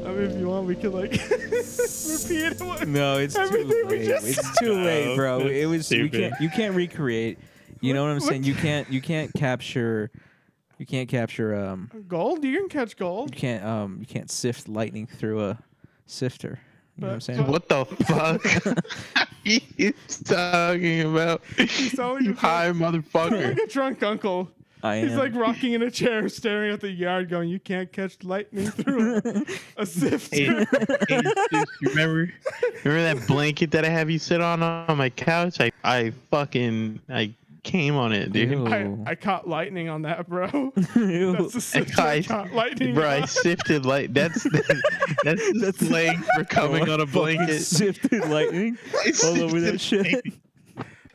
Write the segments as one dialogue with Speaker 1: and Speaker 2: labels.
Speaker 1: now we can like repeat what
Speaker 2: No, it's too
Speaker 1: Everything
Speaker 2: late.
Speaker 1: we just
Speaker 2: it's too late, bro.
Speaker 3: that's
Speaker 2: It was we
Speaker 3: stupid.
Speaker 2: can't you can't recreate. You know what I'm saying? You can't you can't capture you can't capture um
Speaker 1: gold. You can catch
Speaker 2: you
Speaker 1: gold.
Speaker 2: can't um you can't sift lightning through a sifter. You know what I'm
Speaker 1: But-
Speaker 2: saying?
Speaker 3: What the fuck? He's talking about
Speaker 1: telling the
Speaker 3: you
Speaker 1: truth.
Speaker 3: high motherfucker.
Speaker 1: Like a drunk uncle.
Speaker 2: I am
Speaker 1: He's like rocking in a chair, staring at the yard, going, "You can't catch lightning through a
Speaker 3: Hey,
Speaker 1: sifter."
Speaker 3: hey, dude, you remember remember that blanket that I have you sit on on my couch? I I fucking I came on it, dude.
Speaker 2: Ew.
Speaker 1: I, I caught lightning on that, bro. That's the sifter I
Speaker 3: I,
Speaker 1: caught lightning.
Speaker 3: bro, I
Speaker 1: on.
Speaker 3: sifted like that's that's
Speaker 2: That's- Oh,
Speaker 3: that's slang for coming on a blanket.
Speaker 2: sifted lightning
Speaker 3: I
Speaker 2: all over
Speaker 3: sifted
Speaker 2: that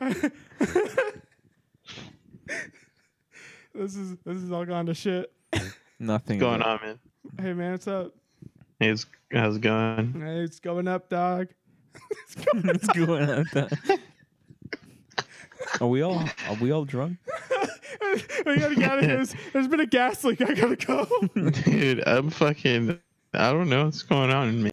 Speaker 2: shit.
Speaker 3: blanket.
Speaker 1: This is this is all gone to shit.
Speaker 2: Nothing
Speaker 3: What's going
Speaker 2: bro.
Speaker 3: on, man?
Speaker 1: Hey man, what's up?
Speaker 3: It's how's it going?
Speaker 1: Hey, it's going up, dog. it's going
Speaker 2: What's going on? Are we all are we all drunk?
Speaker 1: I gotta get out of here. There's- There's been a gas leak. I gotta go.
Speaker 3: Dude, I'm fucking I don't know what's going on, man.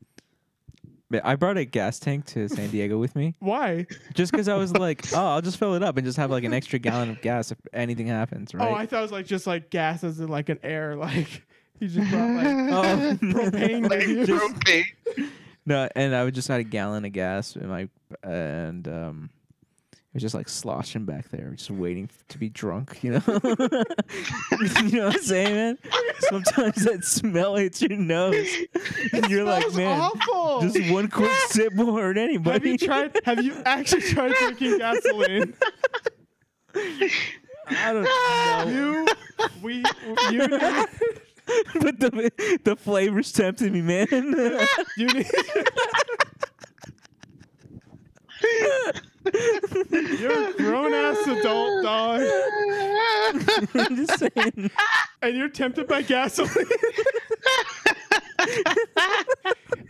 Speaker 2: Man, I brought a gas tank to San Diego with me
Speaker 1: Why?
Speaker 2: just because I was like, oh, I'll just fill it up and just have like an extra gallon of gas if anything happens,
Speaker 1: Oh, I
Speaker 2: right?
Speaker 1: thought it was like just like gas as in like an air. Like you just brought like
Speaker 2: Oh.
Speaker 1: propane with you.
Speaker 3: propane.
Speaker 2: no, and I would just had a gallon of gas in my and um, it was just like sloshing back there, just waiting to be drunk, you know? you know what I'm saying, man? Sometimes that smell hits your nose, and you're like,
Speaker 1: smells
Speaker 2: man,
Speaker 1: awful.
Speaker 2: just one quick sip won't hurt anybody.
Speaker 1: have you tried? Have you actually tried drinking gasoline?
Speaker 2: I don't know.
Speaker 1: You, we, you, need,
Speaker 2: but the the flavors tempted me, man.
Speaker 1: you need. You're a grown ass adult, dog,
Speaker 2: I'm just saying.
Speaker 1: and you're tempted by gasoline.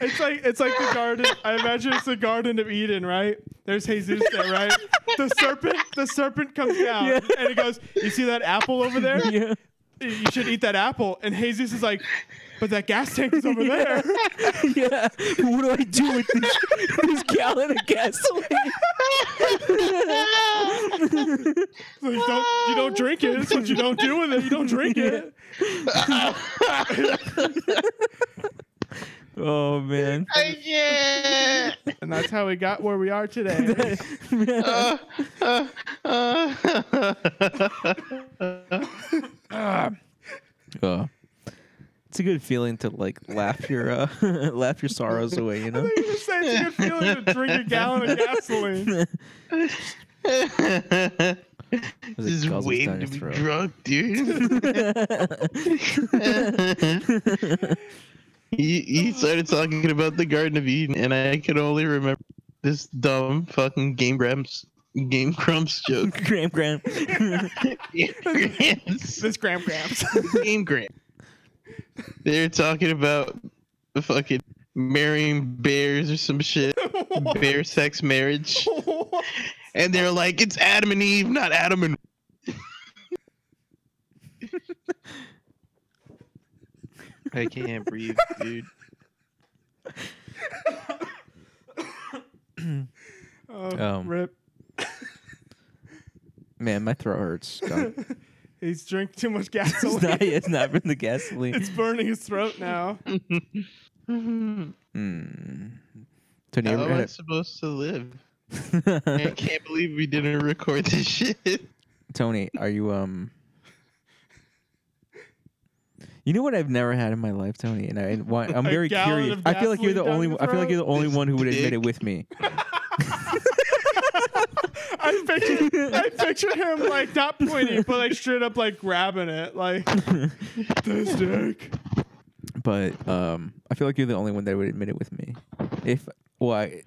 Speaker 1: It's like it's like the garden. I imagine it's the Garden of Eden, right? There's Jesus there, right? The serpent, the serpent comes down,
Speaker 2: Yeah.
Speaker 1: and he goes, "You see that apple over there?
Speaker 2: Yeah.
Speaker 1: you should eat that apple. And Jesus is like, but that gas tank is over there.
Speaker 2: Yeah. What do I do with this, this gallon of gasoline?
Speaker 1: So you don't you don't drink it. That's what you don't do with it. You don't drink it.
Speaker 2: Oh man.
Speaker 3: yeah.
Speaker 1: And that's how we got where we are today.
Speaker 2: Uh, it's a good feeling to like laugh your uh, laugh your sorrows away, you know.
Speaker 1: you just say it's a good feeling to drink a gallon of gasoline.
Speaker 2: As it
Speaker 3: Just
Speaker 2: guzzles down
Speaker 3: waiting to
Speaker 2: your
Speaker 3: be
Speaker 2: throat.
Speaker 3: drunk, dude. he, he started talking about the Garden of Eden, and I can only remember this dumb fucking Game Grumps Game Grumps joke.
Speaker 2: Graham, Graham.
Speaker 3: Game Grumps.
Speaker 1: This Graham Grams.
Speaker 3: Game Grumps. They're talking about the fucking marrying bears or some shit. Bear sex marriage.
Speaker 1: Oh,
Speaker 3: And they're like, it's Adam and Eve, not Adam and I can't breathe, dude.
Speaker 1: Oh,
Speaker 2: Um.
Speaker 1: Rip.
Speaker 2: Man, my throat hurts. God.
Speaker 1: He's drank too much
Speaker 2: It's
Speaker 1: gasoline.
Speaker 2: not. It's not from the gasoline.
Speaker 1: It's burning his throat now. Mm-hmm.
Speaker 2: Mm. Tony,
Speaker 3: How
Speaker 2: ever-
Speaker 3: am I supposed to live? I can't believe we didn't record this shit.
Speaker 2: Tony, are you um? You know what I've never had in my life, Tony, and I and why, I'm
Speaker 1: A
Speaker 2: very
Speaker 1: gallon
Speaker 2: curious.
Speaker 1: of
Speaker 2: I feel like you're the
Speaker 1: gasoline down your
Speaker 2: only. I feel like you're the only
Speaker 3: throat?
Speaker 2: one who would admit it
Speaker 3: Dick.
Speaker 2: with me.
Speaker 1: I picture, I picture him like not pointing, but like straight up like grabbing it, like this dick.
Speaker 2: But um, I feel like you're the only one that would admit it with me. If why,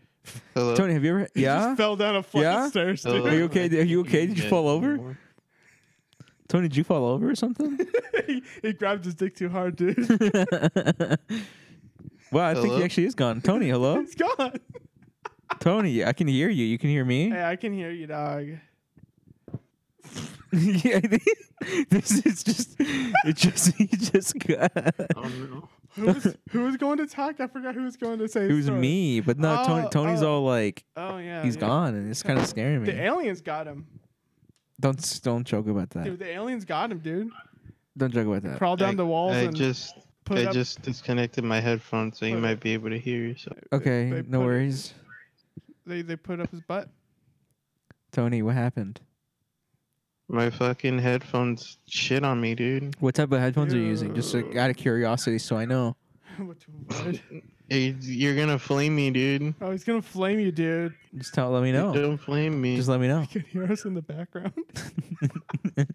Speaker 3: Hello?
Speaker 2: Tony, have you ever?
Speaker 1: He
Speaker 2: yeah.
Speaker 1: just fell down a flight
Speaker 2: Yeah?
Speaker 1: of stairs, dude.
Speaker 2: Are you okay? Are you okay? Did you fall over?
Speaker 3: Anymore.
Speaker 2: Tony, did you fall over or something?
Speaker 1: he, he grabbed his dick too hard, dude.
Speaker 2: Wow, I think
Speaker 3: Hello?
Speaker 2: he actually is gone. Tony, hello,
Speaker 1: He's gone.
Speaker 2: Tony. I can hear you. You can hear me.
Speaker 1: Hey, I can hear you, dog.
Speaker 2: yeah, I think- this is just. It just. He just got.
Speaker 3: Oh, no.
Speaker 1: Who was, who was going to talk? I forgot who was going to say.
Speaker 2: It
Speaker 1: the
Speaker 2: was
Speaker 1: story.
Speaker 2: me, but no,
Speaker 1: Oh,
Speaker 2: Tony, Tony's
Speaker 1: oh.
Speaker 2: all like
Speaker 1: Oh yeah,
Speaker 2: he's
Speaker 1: yeah.
Speaker 2: gone, and it's kind of scaring
Speaker 1: The
Speaker 2: me.
Speaker 1: aliens got him,
Speaker 2: Don't s- don't joke about that.
Speaker 1: dude. The aliens got him, dude.
Speaker 2: Don't joke about that.
Speaker 1: Crawl down
Speaker 3: I-
Speaker 1: the walls
Speaker 3: I
Speaker 1: and
Speaker 3: just
Speaker 1: put
Speaker 3: I
Speaker 1: up.
Speaker 3: just disconnected my headphones, so you
Speaker 1: Put it
Speaker 3: might be able to hear yourself.
Speaker 1: they
Speaker 2: Okay,
Speaker 1: put it-
Speaker 2: no worries.
Speaker 1: They they put up his butt.
Speaker 2: Tony, what happened?
Speaker 3: My fucking headphones shit on me, dude.
Speaker 2: What type of headphones are you using? Just like, out of curiosity, so I know.
Speaker 1: What the- what?
Speaker 3: You- You're gonna flame me, dude.
Speaker 1: oh, he's gonna flame you, dude.
Speaker 2: Just tell, let me know.
Speaker 3: Don't flame me.
Speaker 2: Just let me know.
Speaker 1: You can hear us in the background.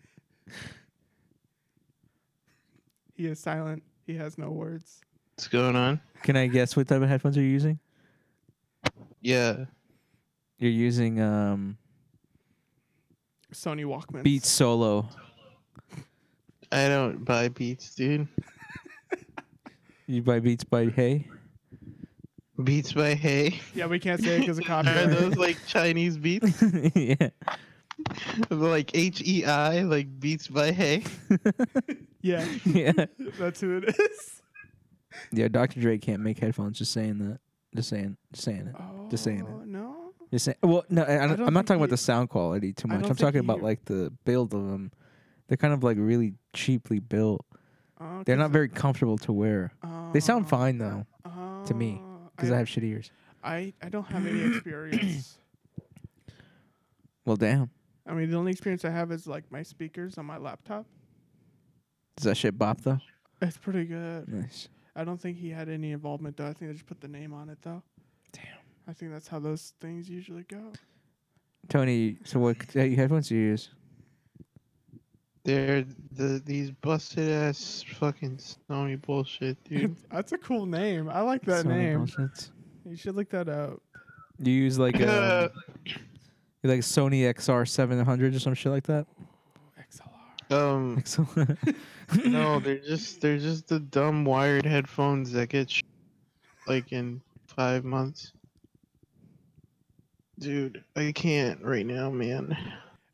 Speaker 1: he is silent. He has no words.
Speaker 3: What's going on?
Speaker 2: Can I guess what type of headphones are you using?
Speaker 3: Yeah.
Speaker 2: You're using um
Speaker 1: Sony Walkman.
Speaker 2: Beats Solo.
Speaker 3: I don't buy Beats, dude.
Speaker 2: You buy Beats by Hey.
Speaker 3: Beats by Hay.
Speaker 1: Yeah, we can't say it because of
Speaker 3: Are
Speaker 1: copyright.
Speaker 3: those like Chinese beats?
Speaker 2: yeah.
Speaker 3: like H E I, like Beats by Hay?
Speaker 1: yeah,
Speaker 2: yeah.
Speaker 1: that's who it is.
Speaker 2: Yeah, Dr. Dre can't make headphones. Just saying that. Just saying. Just saying it.
Speaker 1: Oh,
Speaker 2: Just saying it.
Speaker 1: No.
Speaker 2: Just saying. Well, no, I, I
Speaker 1: don't
Speaker 2: don't, I'm
Speaker 1: think
Speaker 2: not talking
Speaker 1: he-
Speaker 2: about the sound quality too
Speaker 1: I
Speaker 2: much.
Speaker 1: don't
Speaker 2: I'm talking
Speaker 1: think he-
Speaker 2: about like the build of them. They're kind of like really cheaply built.
Speaker 1: Oh,
Speaker 2: They're
Speaker 1: 'cause
Speaker 2: not
Speaker 1: I-
Speaker 2: very comfortable to wear. They sound fine though,
Speaker 1: Oh,
Speaker 2: to me, because I have shit ears.
Speaker 1: I, I don't have any experience.
Speaker 2: Well, damn.
Speaker 1: I mean, the only experience I have is like my speakers on my laptop.
Speaker 2: Does that shit bop though?
Speaker 1: It's pretty good.
Speaker 2: Nice.
Speaker 1: I don't think he had any involvement though. I think they just put the name on it though.
Speaker 2: Damn.
Speaker 1: I think that's how those things usually go.
Speaker 2: Tony, so what c- uh, headphones do you use?
Speaker 3: They're the, these busted ass fucking Sony bullshit, dude.
Speaker 1: that's a cool name. I like that
Speaker 2: Sony
Speaker 1: name.
Speaker 2: bullshits.
Speaker 1: You should look that up.
Speaker 2: Do you use like
Speaker 3: Uh,
Speaker 2: a like a Sony XR 700 or some shit like that?
Speaker 1: XLR.
Speaker 3: um,
Speaker 2: XLR.
Speaker 3: no, they're just they're just the dumb wired headphones that get sh- like in five months. Dude, I can't right now, man.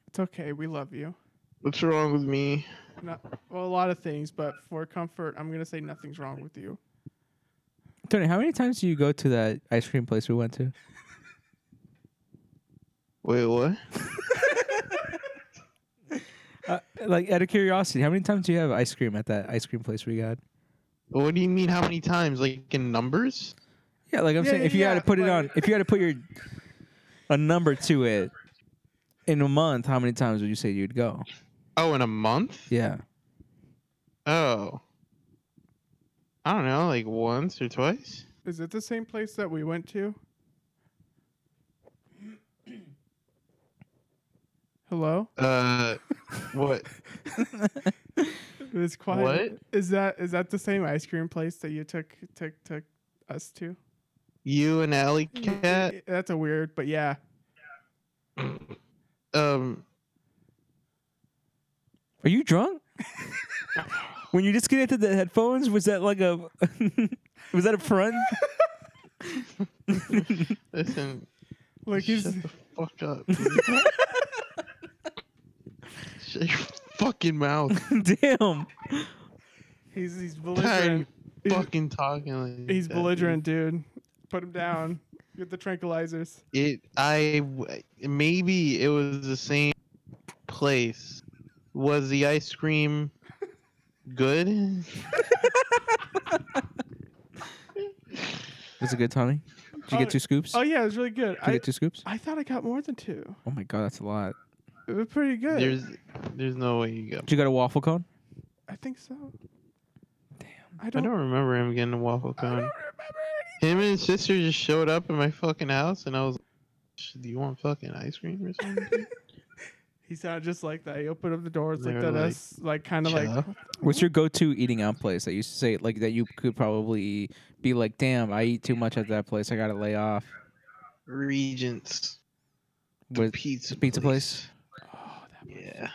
Speaker 1: It's okay. We love you.
Speaker 3: What's wrong with me?
Speaker 1: Not, well, a lot of things, but for comfort, I'm gonna say nothing's wrong with you.
Speaker 2: Tony, how many times do you go to that ice cream place we went to?
Speaker 3: Wait, what?
Speaker 2: Uh, like out of curiosity, how many times do you have ice cream at that ice cream place we got?
Speaker 3: What do you mean? How many times? Like in numbers?
Speaker 2: Yeah, like I'm
Speaker 1: Yeah,
Speaker 2: saying,
Speaker 1: yeah,
Speaker 2: if you had
Speaker 1: yeah,
Speaker 2: to put it on,
Speaker 1: like-
Speaker 2: if you had to put your a number to it in a month, how many times would you say you'd go?
Speaker 3: Oh, in a month?
Speaker 2: Yeah,
Speaker 3: Oh, I don't know, like once or twice.
Speaker 1: Is it the same place that we went to? Hello?
Speaker 3: Uh, what?
Speaker 1: It's quiet.
Speaker 3: What?
Speaker 1: Is that is that the same ice cream place that you took took took us to?
Speaker 3: You and Alley Cat?
Speaker 1: That's a weird, but yeah.
Speaker 3: Um,
Speaker 2: are you drunk? when you disconnected the headphones, was that like a was that a front?
Speaker 3: listen.
Speaker 1: Like
Speaker 3: shut
Speaker 1: he's
Speaker 3: the fuck up. dude. shut your fucking mouth.
Speaker 2: Damn.
Speaker 1: he's he's
Speaker 3: Tired
Speaker 1: belligerent.
Speaker 3: of
Speaker 1: He's,
Speaker 3: fucking talking. Like
Speaker 1: he's
Speaker 3: that, dude.
Speaker 1: belligerent, dude. Put him down. Get the tranquilizers.
Speaker 3: It. I. w- Maybe it was the same place. Was the ice cream good?
Speaker 2: Was it good, Tony? Did you
Speaker 1: Oh,
Speaker 2: get two scoops?
Speaker 1: Oh
Speaker 2: Did
Speaker 1: yeah, it was really good.
Speaker 2: you
Speaker 1: I
Speaker 2: get two scoops?
Speaker 1: I thought I got more than two.
Speaker 2: Oh my god, that's a lot.
Speaker 1: It was pretty good.
Speaker 3: There's. There's no way you got.
Speaker 2: Did you get a waffle cone?
Speaker 1: I think so. Damn. I
Speaker 3: I
Speaker 1: don't,
Speaker 3: don't remember him getting a waffle
Speaker 1: I don't
Speaker 3: cone.
Speaker 1: remember
Speaker 3: Him and his sister just showed up at my fucking house, and I was like, "Sh- "Do you want fucking ice cream or something?"
Speaker 1: any. He sounded just like that. He opened up the doors like
Speaker 3: They're
Speaker 1: that.
Speaker 3: like,
Speaker 1: us, like kind of like
Speaker 3: "Chuck?"
Speaker 2: What's your go-to eating out place that you used to say like that you could probably be like, damn, I eat too much at that place. I gotta lay off.
Speaker 3: Regents. The
Speaker 2: With
Speaker 3: pizza
Speaker 2: pizza
Speaker 1: Oh, that was-
Speaker 3: Yeah.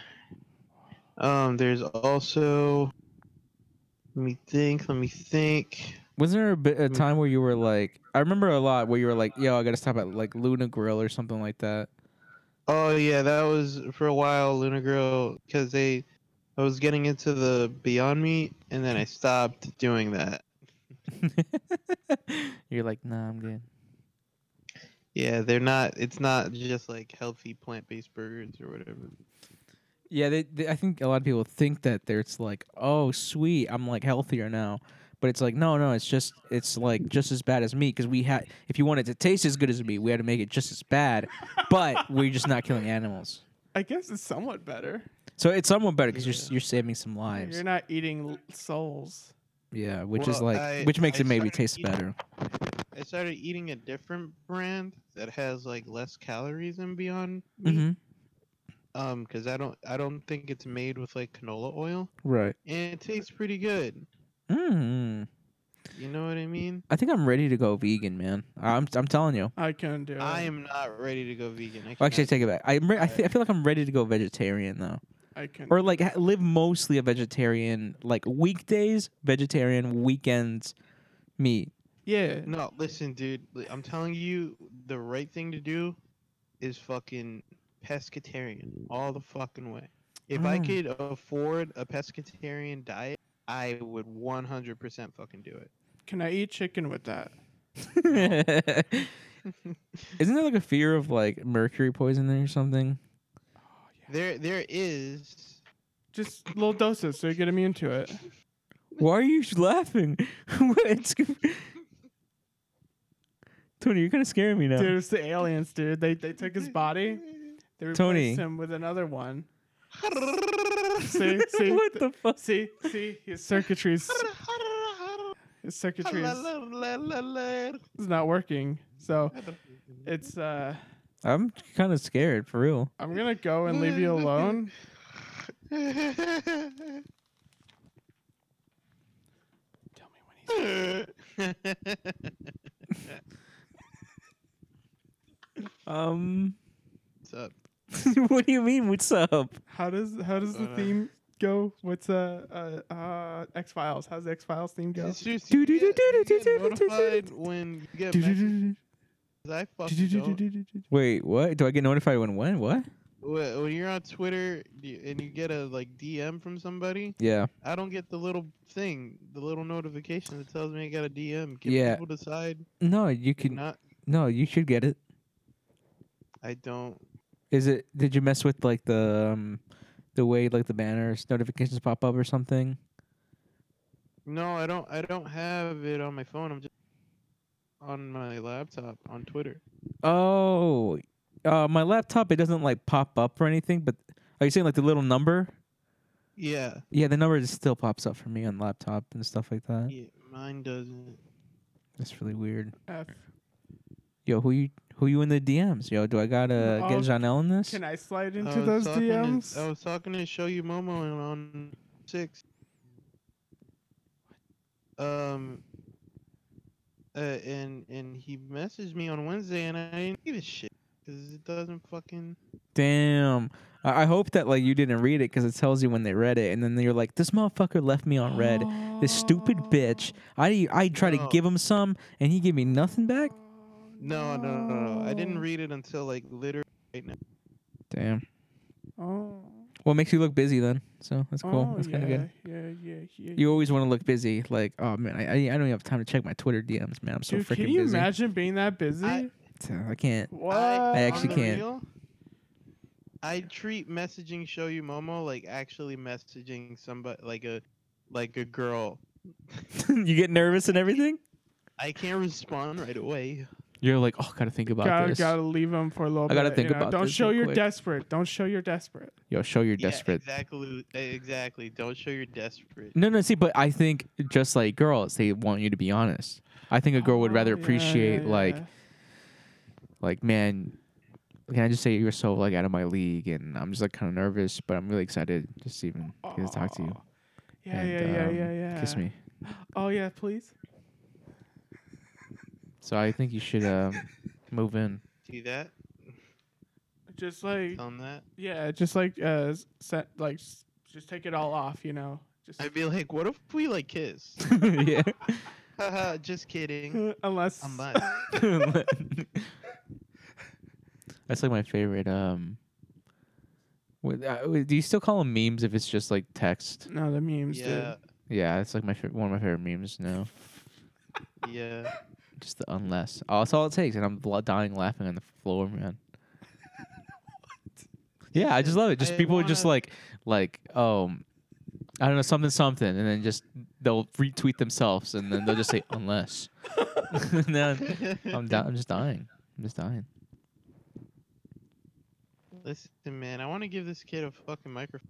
Speaker 3: Um. There's also. Let me think. Let me think.
Speaker 2: wasn't there a, bit, a
Speaker 3: Mm.
Speaker 2: time where you were like, I remember a lot where you were like, yo, I gotta stop at like Luna Grill or something like that.
Speaker 3: Oh yeah, that was for a while Luna Grill because they. I was getting into the Beyond Meat, and then I stopped doing that.
Speaker 2: You're like, nah, I'm good.
Speaker 3: Yeah, they're not. It's not just like healthy plant-based burgers or whatever.
Speaker 2: Yeah, they, they, I think a lot of people think that they're, it's like, oh, sweet, I'm like healthier now. But it's like, no, no, it's just, it's like just as bad as meat because we had, if you wanted to taste as good as meat, we had to make it just as bad. But we're just not killing animals,
Speaker 1: I guess it's somewhat better.
Speaker 2: so it's somewhat better because you're s-
Speaker 3: Yeah.
Speaker 2: you're saving some lives.
Speaker 1: You're not eating l- souls.
Speaker 2: Yeah, which is
Speaker 3: Well,
Speaker 2: like,
Speaker 3: I-
Speaker 2: which makes
Speaker 3: I
Speaker 2: it maybe
Speaker 3: started
Speaker 2: taste
Speaker 3: eating-
Speaker 2: better.
Speaker 3: I started eating a different brand that has like less calories than Beyond Meat.
Speaker 2: hmm
Speaker 3: Um, because I don't, I don't think it's made with like canola oil,
Speaker 2: Right.
Speaker 3: and it tastes pretty good.
Speaker 2: Mm.
Speaker 3: You know what I mean?
Speaker 2: I think I'm ready to go vegan, man. I'm I'm telling you.
Speaker 1: I couldn't do it.
Speaker 3: I am not ready to go vegan. I
Speaker 2: Well, Uh, actually, I
Speaker 3: cannot-
Speaker 2: take it back. I'm re- I, th- I feel like I'm ready to go vegetarian though,
Speaker 1: I couldn't.
Speaker 2: or like ha- live mostly a vegetarian, like weekdays vegetarian, weekends meat.
Speaker 1: yeah.
Speaker 3: no, listen, dude. li- I'm telling you, the right thing to do is fucking pescatarian all the fucking way. If I
Speaker 2: Mm.
Speaker 3: could afford a pescatarian diet, I would 100% fucking do it.
Speaker 1: Can I eat chicken with that?
Speaker 2: Isn't there like a fear of like mercury poisoning or something?
Speaker 3: There, there is.
Speaker 1: Just little doses so you get immune to it.
Speaker 2: Why are you sh- laughing? What? It's- Tony, you're kind of scaring me now.
Speaker 1: Dude, it's the aliens, dude. They they took his body. They replaced
Speaker 2: Tony.
Speaker 1: him with another one. See, see,
Speaker 2: what the fuck?
Speaker 1: see, see. His circuitry's his circuitry is, is not working. So it's uh,
Speaker 2: I'm kind of scared for real.
Speaker 1: I'm gonna go and leave you alone. Tell me when he's.
Speaker 2: Um,
Speaker 3: What's up?
Speaker 2: what do you mean? What's up?
Speaker 1: How does how does the
Speaker 3: Don't know.
Speaker 1: theme go? What's uh uh, uh X Files? How's the X Files theme go?
Speaker 3: Seriously,
Speaker 2: Do,
Speaker 3: you
Speaker 2: do, do,
Speaker 3: get-
Speaker 2: do,
Speaker 3: you
Speaker 2: do, do,
Speaker 3: get
Speaker 2: do, do, do, do.
Speaker 3: notified when you get messages.
Speaker 1: Wait,
Speaker 3: I fucking don't.
Speaker 2: Wait, what? Do I get notified when when what?
Speaker 3: Wh- When you're on Twitter you- and you get a like DM from somebody,
Speaker 2: Yeah.
Speaker 3: I don't get the little thing, the little notification that tells me I got a DM. Can
Speaker 2: Yeah.
Speaker 3: people decide?
Speaker 2: No, you can.
Speaker 3: Not.
Speaker 2: No, you should get it.
Speaker 3: I don't.
Speaker 2: Is it? Did you mess with like the um, the way like the banners notifications pop up or something?
Speaker 3: No, I don't. I don't have it on my phone. I'm just on my laptop on Twitter.
Speaker 2: Oh, uh, my laptop it doesn't like pop up or anything. But are you saying like the little number?
Speaker 3: Yeah.
Speaker 2: Yeah, the number just still pops up for me on laptop and stuff like that.
Speaker 3: yeah mine doesn't.
Speaker 2: That's really weird.
Speaker 1: F.
Speaker 2: Yo, who you who you in the DMs? Yo, do I gotta
Speaker 1: Oh,
Speaker 2: get Janelle in this?
Speaker 1: Can I slide
Speaker 3: I
Speaker 1: into those
Speaker 3: was Oh, talking oh. to-
Speaker 1: DMs?
Speaker 3: I was talking to show you Momo and on six. Um. Uh, and and he messaged me on Wednesday and I didn't give a shit because it doesn't fucking.
Speaker 2: Damn. I I hope that like you didn't read it because it tells you when they read it, and then you're like, "This motherfucker left me on red. This stupid
Speaker 1: Oh.
Speaker 2: bitch. I I try to
Speaker 3: No.
Speaker 2: give him some, and he give me nothing back.
Speaker 3: No, no, no, no, no. I didn't read it until like literally right now.
Speaker 2: Damn.
Speaker 1: Oh.
Speaker 2: Well, it makes you look busy then, so that's cool.
Speaker 1: Oh,
Speaker 2: that's
Speaker 1: yeah,
Speaker 2: kind of good.
Speaker 1: yeah, yeah, yeah.
Speaker 2: You always want to look busy. Like, oh man, I I I don't even have time to check my Twitter DMs, man. I'm so
Speaker 1: Dude,
Speaker 2: freaking
Speaker 1: can you
Speaker 2: busy.
Speaker 1: imagine being that busy?
Speaker 3: I-
Speaker 2: So I can't.
Speaker 1: what?
Speaker 2: I
Speaker 3: on
Speaker 2: actually
Speaker 3: the
Speaker 2: can't.
Speaker 3: real, I treat messaging show you Momo like actually messaging somebody like a like a girl.
Speaker 2: you get nervous and everything.
Speaker 3: I can't respond right away.
Speaker 2: You're like, oh, gotta think about
Speaker 1: Gotta
Speaker 2: this.
Speaker 1: gotta leave him for a little
Speaker 2: I
Speaker 1: bit.
Speaker 2: gotta
Speaker 1: you
Speaker 2: think
Speaker 1: know?
Speaker 2: about
Speaker 1: Don't
Speaker 2: this
Speaker 1: show
Speaker 2: real
Speaker 1: you're
Speaker 2: quick.
Speaker 1: desperate. Don't show you're desperate.
Speaker 2: Yo, show you're
Speaker 3: Yeah,
Speaker 2: desperate. Mm.
Speaker 3: exactly. Exactly. Don't show you're desperate.
Speaker 2: No, no, see, but I think just like girls, they want you to be honest. I think a girl would
Speaker 1: Oh,
Speaker 2: rather
Speaker 1: yeah, yeah,
Speaker 2: appreciate like
Speaker 1: yeah.
Speaker 2: like man, can I just say you're so like out of my league and I'm just like kind of nervous, but I'm really excited just to even get to talk to you.
Speaker 1: Aw. Oh, Yeah,
Speaker 2: and,
Speaker 1: yeah, yeah,
Speaker 2: um,
Speaker 1: yeah, yeah.
Speaker 2: Kiss me.
Speaker 1: Oh yeah, please.
Speaker 2: So I think you should um move in.
Speaker 3: See that?
Speaker 1: Just like
Speaker 3: Tell 'em that.
Speaker 1: yeah, just like uh, s- set like s- just take it all off, you know. Just
Speaker 3: I'd be like, what if we like kiss?
Speaker 2: yeah.
Speaker 3: Haha, Just kidding.
Speaker 1: unless
Speaker 3: I'm not.
Speaker 2: That's like my favorite um what, uh, wait, do you still call them memes if it's just like text?
Speaker 1: no the memes,
Speaker 3: Yeah.
Speaker 1: dude.
Speaker 2: Yeah, it's like my fa- one of my favorite memes now.
Speaker 3: Yeah.
Speaker 2: Just the unless. Oh, that's all it takes, and I'm blo- dying laughing on the floor, man. Yeah, I just love it. Just
Speaker 3: I
Speaker 2: people would just
Speaker 3: wanna-
Speaker 2: like, like, um, I don't know, something, something, and then just they'll retweet themselves, and then they'll just say unless. and then I'm di- I'm just dying. I'm just dying.
Speaker 3: Listen, man, I want to give this kid a fucking microphone.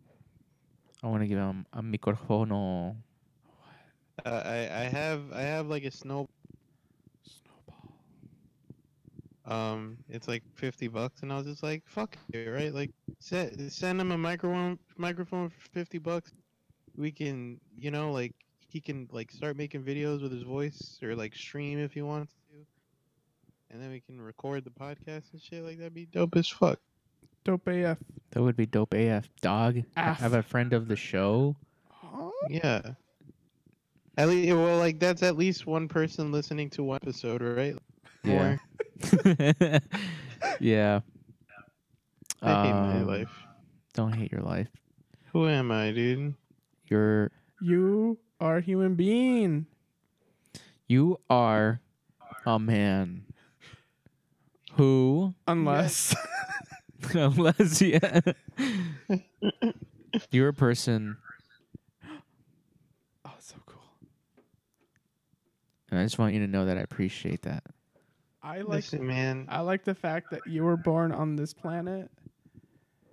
Speaker 2: I want to give him a microfono.
Speaker 3: Uh, I I have I have like a snow.
Speaker 1: Snowball.
Speaker 3: Um, it's like fifty bucks, and I was just like, "Fuck it, right?" Like, send send him a microphone microphone for fifty bucks. We can, you know, like he can like start making videos with his voice or like stream if he wants to, and then we can record the podcast and shit. Like that'd be dope as fuck.
Speaker 1: Dope AF.
Speaker 2: That would be dope AF, dog. I
Speaker 1: Af.
Speaker 2: have a friend of the show.
Speaker 1: Huh?
Speaker 3: Yeah. At least, well, like that's at least one person listening to one episode, right?
Speaker 2: Yeah.
Speaker 3: More.
Speaker 2: yeah.
Speaker 3: I hate my
Speaker 2: Um,
Speaker 3: life.
Speaker 2: Don't hate your life.
Speaker 3: Who am I, dude?
Speaker 2: You're
Speaker 1: You are a human being.
Speaker 2: you are a man who
Speaker 1: Unless
Speaker 2: unless yeah you're a person
Speaker 1: Oh, it's so cool.
Speaker 2: and I just want you to know that I appreciate that.
Speaker 1: I like
Speaker 3: Listen, man.
Speaker 1: I like the fact that you were born on this planet.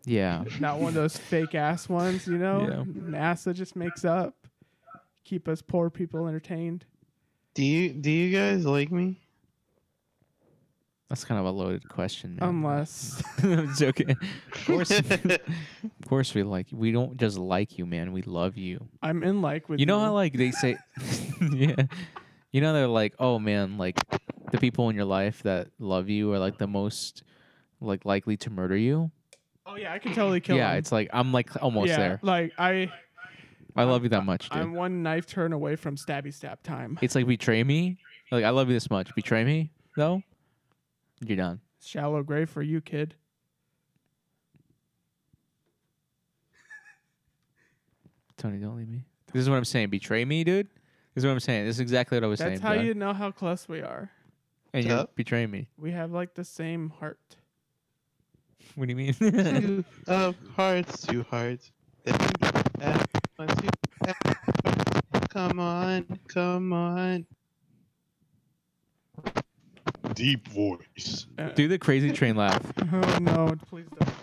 Speaker 2: Yeah.
Speaker 1: Not one of those fake ass ones, you know?
Speaker 2: Yeah.
Speaker 1: NASA just makes up. Keep us poor people entertained.
Speaker 3: Do you do you guys like me?
Speaker 2: That's kind of a loaded question, man.
Speaker 1: Unless
Speaker 2: I'm joking. Of course, of course we like you. We don't just like you, man. We love you.
Speaker 1: I'm in like with
Speaker 2: You know how like they say, yeah. You know they're like, oh man, like the people in your life that love you are like the most like likely to murder you.
Speaker 1: Oh yeah, I can totally kill
Speaker 2: yeah,
Speaker 1: him.
Speaker 2: it's like I'm like almost
Speaker 1: yeah,
Speaker 2: there.
Speaker 1: Like I
Speaker 2: I love you that much, dude.
Speaker 1: I'm one knife turn away from stabby stab time.
Speaker 2: It's like betray me. Like I love you this much. Betray me though. You're done.
Speaker 1: Shallow grave for you, kid.
Speaker 2: Tony, don't leave me. This is what I'm saying. Betray me, dude. This is what I'm saying. This is exactly what I was
Speaker 1: That's
Speaker 2: saying.
Speaker 1: how
Speaker 2: John.
Speaker 1: you know how close we are.
Speaker 2: and you're
Speaker 3: Yeah.
Speaker 2: betraying me.
Speaker 1: We have like the same heart.
Speaker 2: What do you mean?
Speaker 3: two of hearts, two hearts. Uh, one, two, uh, Come on, come on.
Speaker 4: Deep voice.
Speaker 1: Uh,
Speaker 2: Do the crazy train laugh.
Speaker 1: Oh no, please don't.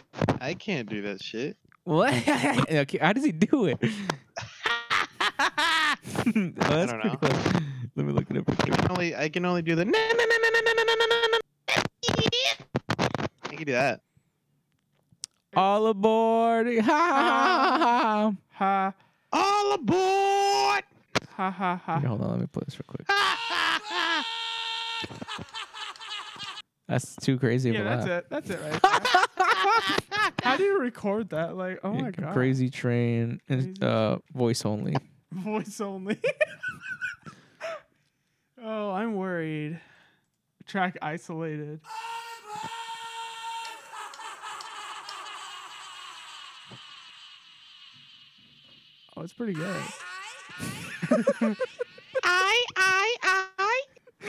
Speaker 3: I can't do that shit.
Speaker 2: What? okay, how does he do it? oh, that's
Speaker 3: don't
Speaker 2: pretty
Speaker 3: know.
Speaker 2: close. Let me look it up. real
Speaker 3: I
Speaker 2: quick.
Speaker 3: can only I can only do the no no no no no no no no no no. I can do that.
Speaker 2: All aboard! Ha ha ha!
Speaker 1: Ha
Speaker 3: All aboard!
Speaker 1: ha ha
Speaker 2: ha.
Speaker 1: ha.
Speaker 2: Here, hold on, let me play this real quick. That's too crazy
Speaker 1: Yeah,
Speaker 2: of a laugh.
Speaker 1: that's it. That's it right there. How do you record that? Like, oh
Speaker 2: Yeah,
Speaker 1: my
Speaker 2: c-
Speaker 1: god.
Speaker 2: Crazy train
Speaker 1: Crazy
Speaker 2: and uh, voice only.
Speaker 1: Voice only. oh, I'm worried. Track isolated. Oh, it's pretty good.
Speaker 2: Th-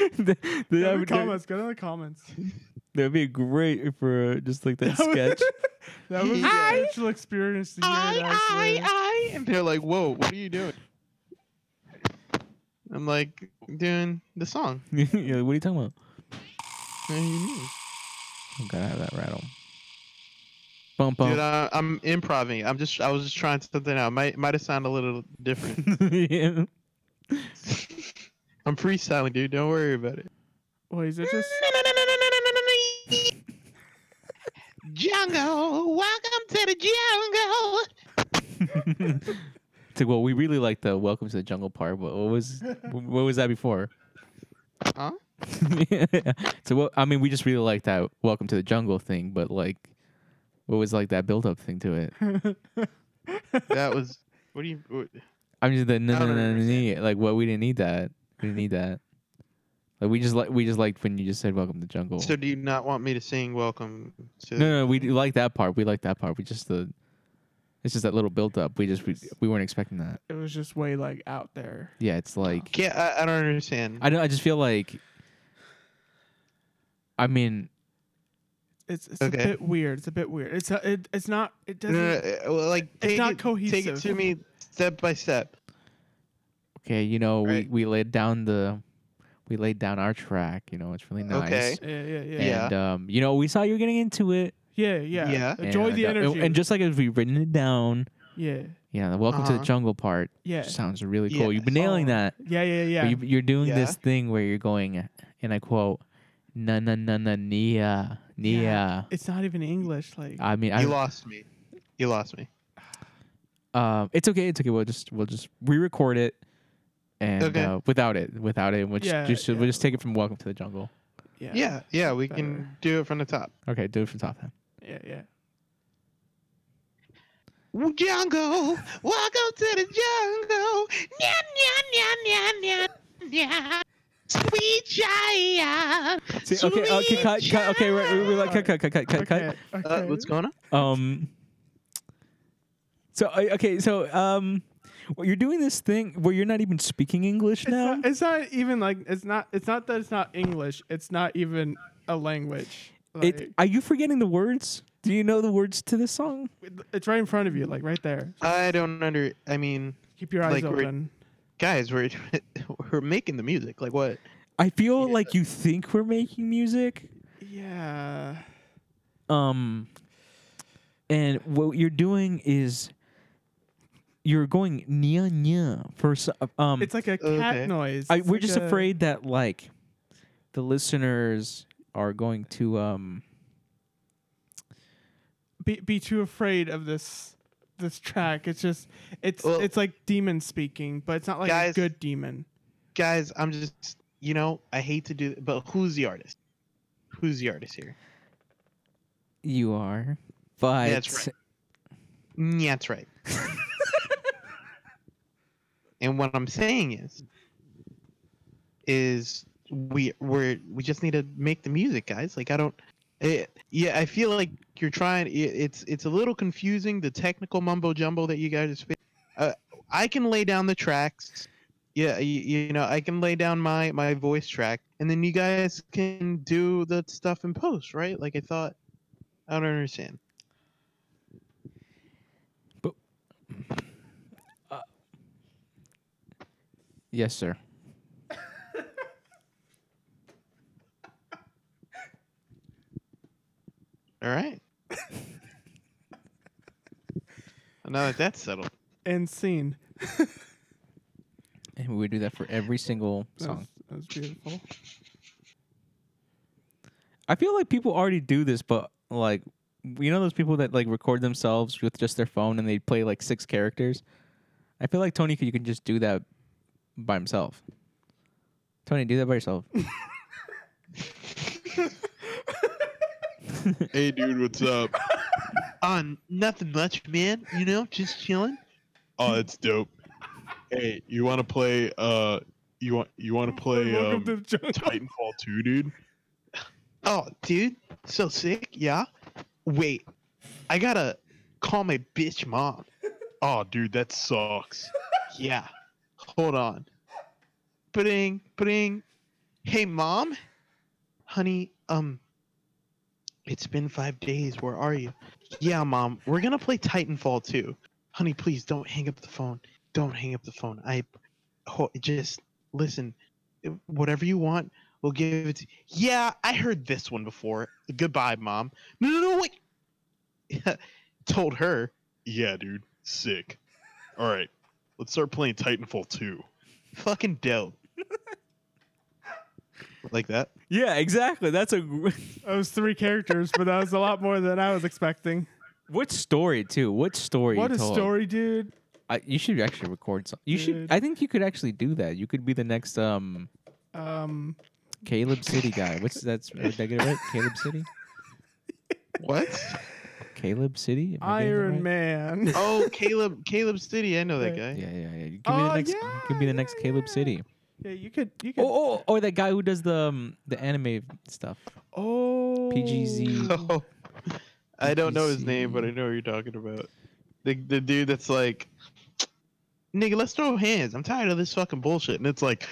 Speaker 1: Go
Speaker 2: that
Speaker 1: to the
Speaker 2: would- that-
Speaker 1: comments. Go to the comments.
Speaker 2: that would be great for uh, just like that
Speaker 1: That would-
Speaker 2: sketch.
Speaker 1: That was a
Speaker 3: I-
Speaker 1: spiritual experience to hear that. I swear.
Speaker 3: I, I. And they're like, whoa, what are you doing? I'm like, doing the song.
Speaker 2: yeah, what are you talking about?
Speaker 3: What do you mean?
Speaker 2: I'm gonna have that rattle. Bum bum.
Speaker 3: Dude, I, I'm improvising. I'm just, I was just trying something out. Might, might have sounded a little different.
Speaker 2: yeah.
Speaker 3: I'm freestyling, dude. Don't worry about it.
Speaker 1: Wait, is it just?
Speaker 3: Jungle, welcome to the jungle.
Speaker 2: It's like, well, we really like the Welcome to the Jungle part, but what was what was that before?
Speaker 3: Huh?
Speaker 2: So what? I mean, we just really like that Welcome to the Jungle thing, but like, what was like that build up thing to it?
Speaker 3: That was. What do you? What,
Speaker 2: I mean, the no
Speaker 3: I
Speaker 2: no
Speaker 3: don't
Speaker 2: no no,
Speaker 3: understand.
Speaker 2: no like what we didn't need that. We didn't need that. Like we just like we just liked when you just said Welcome to the Jungle.
Speaker 3: so do you not want me to sing "Welcome"? To
Speaker 2: no no we do like that part. We like that part. We just the It's just that little build up. We just we, we weren't expecting that.
Speaker 1: It was just way like out there.
Speaker 2: Yeah, it's like
Speaker 3: Can't, I, I don't understand.
Speaker 2: I don't. I just feel like. I mean,
Speaker 1: It's it's
Speaker 3: Okay.
Speaker 1: a bit weird. It's a bit weird. It's a, it, it's not it
Speaker 3: No,
Speaker 1: doesn't.
Speaker 3: no, no, uh, well, like take
Speaker 1: not
Speaker 3: it, Take it
Speaker 1: cohesive.
Speaker 3: to me step by step.
Speaker 2: okay, you know,
Speaker 3: Right.
Speaker 2: we we laid down the, we laid down our track. You know, it's really nice.
Speaker 3: Okay.
Speaker 1: Yeah, yeah, yeah, yeah,
Speaker 3: Yeah.
Speaker 2: And um, you know, we saw you were getting into it.
Speaker 1: yeah.
Speaker 3: Yeah.
Speaker 1: Enjoy
Speaker 2: and,
Speaker 1: the
Speaker 2: uh, and-
Speaker 1: energy.
Speaker 2: And just like if we've written it down,
Speaker 1: yeah,
Speaker 2: you know, the welcome to the
Speaker 3: Uh-huh.
Speaker 2: jungle part
Speaker 1: yeah,
Speaker 2: sounds really cool. You've been
Speaker 3: Yes.
Speaker 2: nailing
Speaker 1: Oh.
Speaker 2: that.
Speaker 1: yeah, yeah, yeah.
Speaker 2: But you, you're doing
Speaker 3: Yeah.
Speaker 2: this thing where you're going, and I quote, na na na na nia nia.
Speaker 1: Yeah. it's not even English. Like
Speaker 2: I mean,
Speaker 3: You
Speaker 2: I,
Speaker 3: lost me. You lost me.
Speaker 2: um, it's okay. It's okay. We'll just we'll just re-record it, and
Speaker 3: Okay.
Speaker 2: uh, without it, without it, we'll just,
Speaker 1: Yeah,
Speaker 2: just-
Speaker 1: yeah.
Speaker 2: we'll just take it from Welcome to the Jungle.
Speaker 1: yeah,
Speaker 3: Yeah, yeah, we can
Speaker 1: Better.
Speaker 3: do it from the top.
Speaker 2: Okay, do it from top then.
Speaker 1: yeah, yeah.
Speaker 3: Jungle, welcome to the jungle. Nya, nya, nya, nya, nya, nya. Sweet child.
Speaker 2: See, okay, okay,
Speaker 3: Sweet
Speaker 2: cut, cut, okay, right, right, right, cut, cut, cut, cut, cut, cut.
Speaker 1: Okay, okay.
Speaker 3: Uh, what's going on?
Speaker 2: Um. So uh, okay, so um, well, you're doing this thing where you're not even speaking English
Speaker 1: It's
Speaker 2: now.
Speaker 1: not, it's not even like it's not. It's not that it's not English. It's not even a language. Like,
Speaker 2: It, are you forgetting the words? Do you know the words to this song?
Speaker 1: it's right in front of you, like right there.
Speaker 3: I don't under. I mean,
Speaker 1: Keep your eyes
Speaker 3: Like, we're-
Speaker 1: open.
Speaker 3: guys, we're we're making the music. Like what?
Speaker 2: I feel
Speaker 3: Yeah.
Speaker 2: like you think we're making music.
Speaker 1: Yeah.
Speaker 2: Um and what you're doing is you're going nya nya for s- um
Speaker 1: It's like a cat
Speaker 3: Okay.
Speaker 1: noise.
Speaker 2: I,
Speaker 1: It's
Speaker 2: we're
Speaker 1: like
Speaker 2: just
Speaker 1: a-
Speaker 2: afraid that like the listeners are going to um
Speaker 1: Be, be too afraid of this this track. It's just it's
Speaker 3: Well-
Speaker 1: it's like demon speaking, but it's not like a
Speaker 3: Guys-
Speaker 1: good demon.
Speaker 3: Guys, I'm just. You know, I hate to do, but who's the artist? Who's the artist here?
Speaker 2: you are but
Speaker 3: That's right. Mm, Yeah, that's right. and what I'm saying is, is we we're we just need to make the music, guys. Like I don't, it, yeah, I feel like you're trying. i it's it's a little confusing the technical mumbo jumbo that you guys are speaking. Uh, I can lay down the tracks. Yeah, you, you know, I can lay down my my voice track, and then you guys can do the stuff in post, right? Like I thought. I don't understand.
Speaker 2: yes sir
Speaker 3: All right. Well, now that that's settled,
Speaker 1: And scene.
Speaker 2: and we would do that for every single
Speaker 1: That
Speaker 2: song
Speaker 1: was, that was beautiful.
Speaker 2: I feel like people already do this, but like you know those people that like record themselves with just their phone and they play like six characters. I feel like Tony, could- you can just do that by himself. Tony, do that by yourself.
Speaker 4: Hey, dude, what's up?
Speaker 3: on nothing much, man. You know, just chilling.
Speaker 4: Oh, that's dope. Hey, you want to play? Uh, you want you want to play
Speaker 1: Welcome
Speaker 4: um,
Speaker 1: to the jungle.
Speaker 4: Titanfall 2, dude?
Speaker 3: Oh, dude, so sick. Yeah. Wait, I gotta call my bitch mom.
Speaker 4: Oh, dude, that sucks.
Speaker 3: Yeah. Hold on. Pudding, pudding. Hey, mom. Honey, um, it's been five days. Where are you? Yeah, mom. We're gonna play Titanfall too. Honey, please don't hang up the phone. Don't hang up the phone. I, ho- just listen. Whatever you want, we'll give it. To- yeah, I heard this one before. Goodbye, mom. No, no, no, wait. Told her.
Speaker 4: Yeah, dude, sick. All right, let's start playing Titanfall 2.
Speaker 3: Fucking dope. like that.
Speaker 2: Yeah, exactly. That's a
Speaker 1: That was three characters, but that was a lot more than I was expecting.
Speaker 2: what story too? What story?
Speaker 1: What
Speaker 2: you
Speaker 1: a
Speaker 2: told?
Speaker 1: story, dude.
Speaker 2: I, you should actually record some. You should.
Speaker 1: Dude.
Speaker 2: I think you could actually do that. You could be the next um
Speaker 1: Um,
Speaker 2: Caleb City guy. What's that's? Did I get it right? Caleb City.
Speaker 3: What?
Speaker 2: Caleb City. Am I getting that
Speaker 1: Iron
Speaker 2: right?
Speaker 1: Man.
Speaker 3: Oh, Caleb, Caleb City. I know that
Speaker 1: Yeah.
Speaker 3: guy.
Speaker 2: Yeah, yeah, yeah. You could be
Speaker 1: Oh,
Speaker 2: the next. you could be the
Speaker 1: yeah,
Speaker 2: next Caleb
Speaker 1: yeah.
Speaker 2: City.
Speaker 1: yeah, you could. You could.
Speaker 2: Oh, oh, or that guy who does the um, the anime stuff.
Speaker 1: Oh.
Speaker 2: PGZ.
Speaker 3: Oh, I don't know his name, but
Speaker 2: PGC.
Speaker 3: I know what you're talking about. the, the dude that's like, nigga, let's throw hands. I'm tired of this fucking bullshit. And it's like,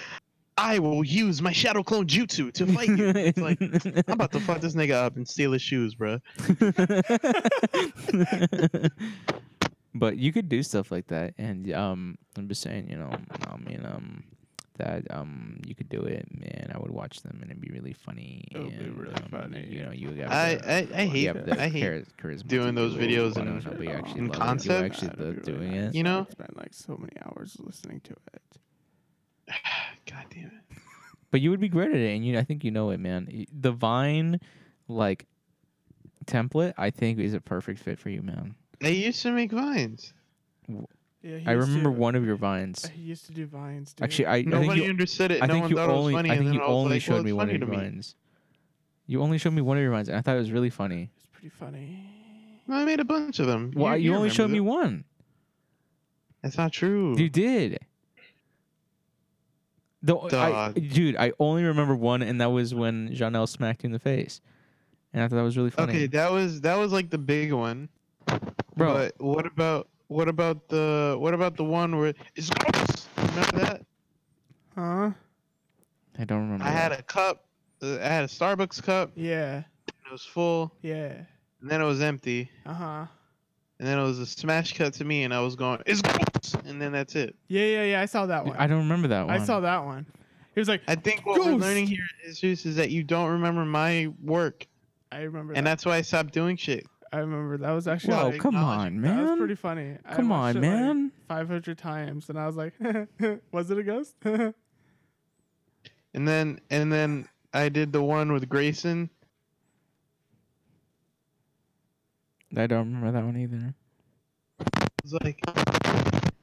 Speaker 3: I will use my shadow clone jutsu to fight you. It's like, I'm about to fuck this nigga up and steal his shoes, bro.
Speaker 2: but you could do stuff like that, and um, I'm just saying, you know, I mean, um, that um, you could do it, man. I would watch them, and it'd be really funny.
Speaker 1: It would be
Speaker 2: and,
Speaker 1: really
Speaker 2: um,
Speaker 1: funny,
Speaker 2: You know, you have
Speaker 3: I,
Speaker 2: the-
Speaker 3: I, I
Speaker 2: you
Speaker 3: hate
Speaker 2: have the
Speaker 3: I hate
Speaker 2: chari- charisma to
Speaker 3: doing those
Speaker 2: do it,
Speaker 3: videos
Speaker 2: but I
Speaker 3: in-
Speaker 2: don't know if we actually
Speaker 3: in
Speaker 2: love it. Do
Speaker 3: concept.
Speaker 2: actually
Speaker 1: That'd
Speaker 2: love
Speaker 1: be really
Speaker 2: doing
Speaker 1: nice.
Speaker 2: it.
Speaker 3: You know?
Speaker 1: I spent like so many hours listening to it.
Speaker 3: God damn it.
Speaker 2: But you would be great at it, and you I think you know it, man. Y- The Vine, like, template, I think is a perfect fit for you, man.
Speaker 3: They used to make vines.
Speaker 1: Yeah,
Speaker 2: I remember one of your vines.
Speaker 1: He used to do vines. Dude.
Speaker 2: Actually, I, I think
Speaker 3: Nobody
Speaker 2: you,
Speaker 3: understood it.
Speaker 2: I
Speaker 3: no
Speaker 2: think
Speaker 3: one
Speaker 2: you
Speaker 3: thought
Speaker 2: only
Speaker 3: it was funny.
Speaker 2: I
Speaker 3: and
Speaker 2: think
Speaker 3: then
Speaker 2: you
Speaker 3: I was
Speaker 2: only
Speaker 3: like,
Speaker 2: showed
Speaker 3: well,
Speaker 2: me
Speaker 3: it's
Speaker 2: one
Speaker 3: funny
Speaker 2: of
Speaker 3: to
Speaker 2: your
Speaker 3: me.
Speaker 2: vines. You only showed me one of your vines, and I thought it was really funny.
Speaker 1: it's pretty funny.
Speaker 3: No, I made a bunch of them.
Speaker 2: Why you, only
Speaker 3: remember
Speaker 2: showed me
Speaker 3: them.
Speaker 2: one?
Speaker 3: That's not true.
Speaker 2: You did. The, I,
Speaker 3: Dog.
Speaker 2: dude, I only remember one, and that was when Janelle smacked you in the face, and I thought that was really funny.
Speaker 3: Okay, that was that was like the big one.
Speaker 2: Bro.
Speaker 3: But what about what about the what about the one where it's remember that?
Speaker 1: Huh?
Speaker 2: I don't remember.
Speaker 3: I had a cup. uh, I had a Starbucks cup.
Speaker 1: Yeah.
Speaker 3: And it was full,
Speaker 1: Yeah.
Speaker 3: and then it was empty,
Speaker 1: Uh huh.
Speaker 3: and then it was a smash cut to me, and I was going, "It's and then that's it.
Speaker 1: Yeah, yeah, yeah. I saw that one.
Speaker 2: I don't remember that one.
Speaker 1: I saw that one. He was like,
Speaker 3: I think what we're learning here is just is that you don't remember my work,
Speaker 1: I remember.
Speaker 3: and
Speaker 1: that.
Speaker 3: that's why I stopped doing shit.
Speaker 1: I remember that was actually
Speaker 2: Whoa,
Speaker 1: like,
Speaker 2: come
Speaker 3: acknowledge
Speaker 2: on,
Speaker 1: that was
Speaker 2: man!
Speaker 1: pretty funny. I
Speaker 2: Come
Speaker 1: watched
Speaker 2: on,
Speaker 1: it, like,
Speaker 2: man!
Speaker 1: 500 times, and I was like, was it a ghost?
Speaker 3: And then and then I did the one with Grayson.
Speaker 2: I don't remember that one either.
Speaker 3: It was like,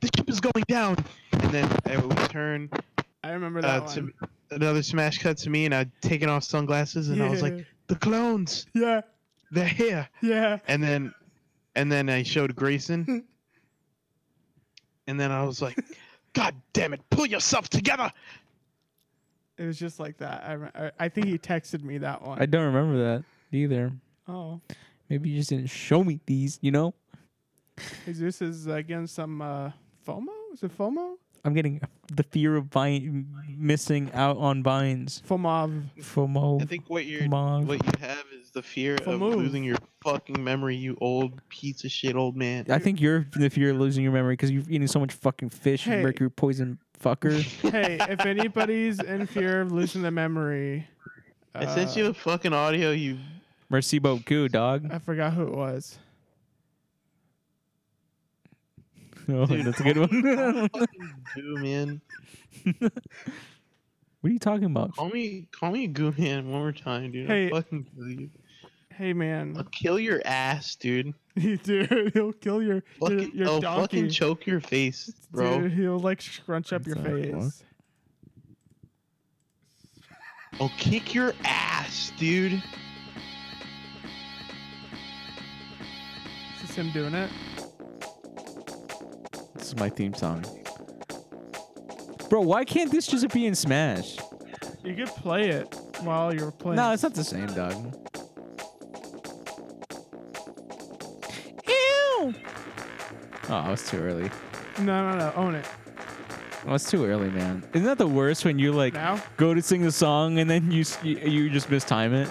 Speaker 3: "The ship is going down," and then I would turn
Speaker 1: I remember
Speaker 3: uh,
Speaker 1: that
Speaker 3: to
Speaker 1: one.
Speaker 3: another smash cut to me, and I'd taken off sunglasses, and I was
Speaker 1: Yeah.
Speaker 3: like, "The clones,
Speaker 1: Yeah,
Speaker 3: they're here."
Speaker 1: yeah.
Speaker 3: and then and then I showed Grayson, and then I was like, "God damn it, pull yourself together!"
Speaker 1: It was just like that. I, rem- I, I think he texted me that one.
Speaker 2: I don't remember that either.
Speaker 1: oh,
Speaker 2: Maybe you just didn't show me these. You know,
Speaker 1: Jesus is again some uh, FOMO. Is it FOMO?
Speaker 2: I'm getting the fear of vine, missing out on vines.
Speaker 1: FOMO.
Speaker 2: FOMO.
Speaker 3: I think what you're
Speaker 2: Mom.
Speaker 3: what you have is the fear
Speaker 1: For
Speaker 3: of
Speaker 1: move.
Speaker 3: losing your fucking memory, you old piece of shit, old man.
Speaker 2: I think you're if you're losing your memory because you've eaten so much fucking fish
Speaker 1: Hey.
Speaker 2: and mercury poison fucker.
Speaker 1: hey, if anybody's in fear of losing the memory,
Speaker 3: I sent
Speaker 1: uh,
Speaker 3: you a fucking audio. You
Speaker 2: Merci beaucoup, dog.
Speaker 1: I forgot who it was.
Speaker 2: Oh,
Speaker 3: Dude.
Speaker 2: that's a good one. what
Speaker 3: fucking goo man.
Speaker 2: are you talking about?
Speaker 3: Call me, call me goo man one more time, dude.
Speaker 1: Hey.
Speaker 3: I'll fucking kill you.
Speaker 1: Hey, man.
Speaker 3: I'll kill your ass, dude.
Speaker 1: dude, he'll kill your your,
Speaker 3: Fucking,
Speaker 1: your
Speaker 3: I'll
Speaker 1: donkey.
Speaker 3: fucking choke your face, bro.
Speaker 1: Dude, he'll like scrunch up your
Speaker 2: What the fuck?
Speaker 1: face.
Speaker 3: I'll kick your ass, dude.
Speaker 1: It's just him doing it.
Speaker 2: This is my theme song. Bro, why can't this just be in Smash?
Speaker 1: You could play it while you're playing.
Speaker 2: No, it's not the same, dog. Ew! Oh, it's too early.
Speaker 1: no, no, no. Own it
Speaker 2: Oh, it's too early, man. Isn't that the worst when you like
Speaker 1: now.
Speaker 2: go to sing the song and then you s- you, you just mistime it?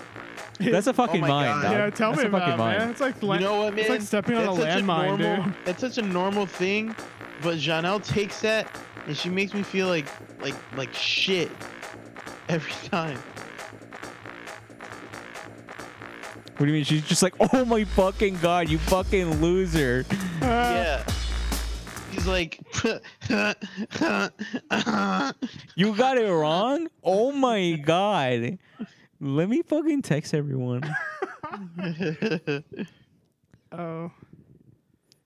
Speaker 2: That's a fucking
Speaker 3: my
Speaker 2: mine,
Speaker 3: God.
Speaker 2: dog.
Speaker 1: Oh yeah, tell
Speaker 2: That's
Speaker 1: me
Speaker 2: a
Speaker 1: about
Speaker 2: fucking
Speaker 1: it,
Speaker 2: mine.
Speaker 1: man. It's like la-
Speaker 3: You know what, man?
Speaker 1: it's like stepping on a
Speaker 3: such
Speaker 1: landmine,
Speaker 3: normal-
Speaker 1: dude.
Speaker 3: That's such a normal thing, but Janelle takes that and she makes me feel like like like shit every time.
Speaker 2: What do you mean? She's just like, oh my fucking god, you fucking loser.
Speaker 1: Uh,
Speaker 3: Yeah. He's like,
Speaker 2: You got it wrong? Oh my god. Let me fucking text everyone.
Speaker 1: Oh,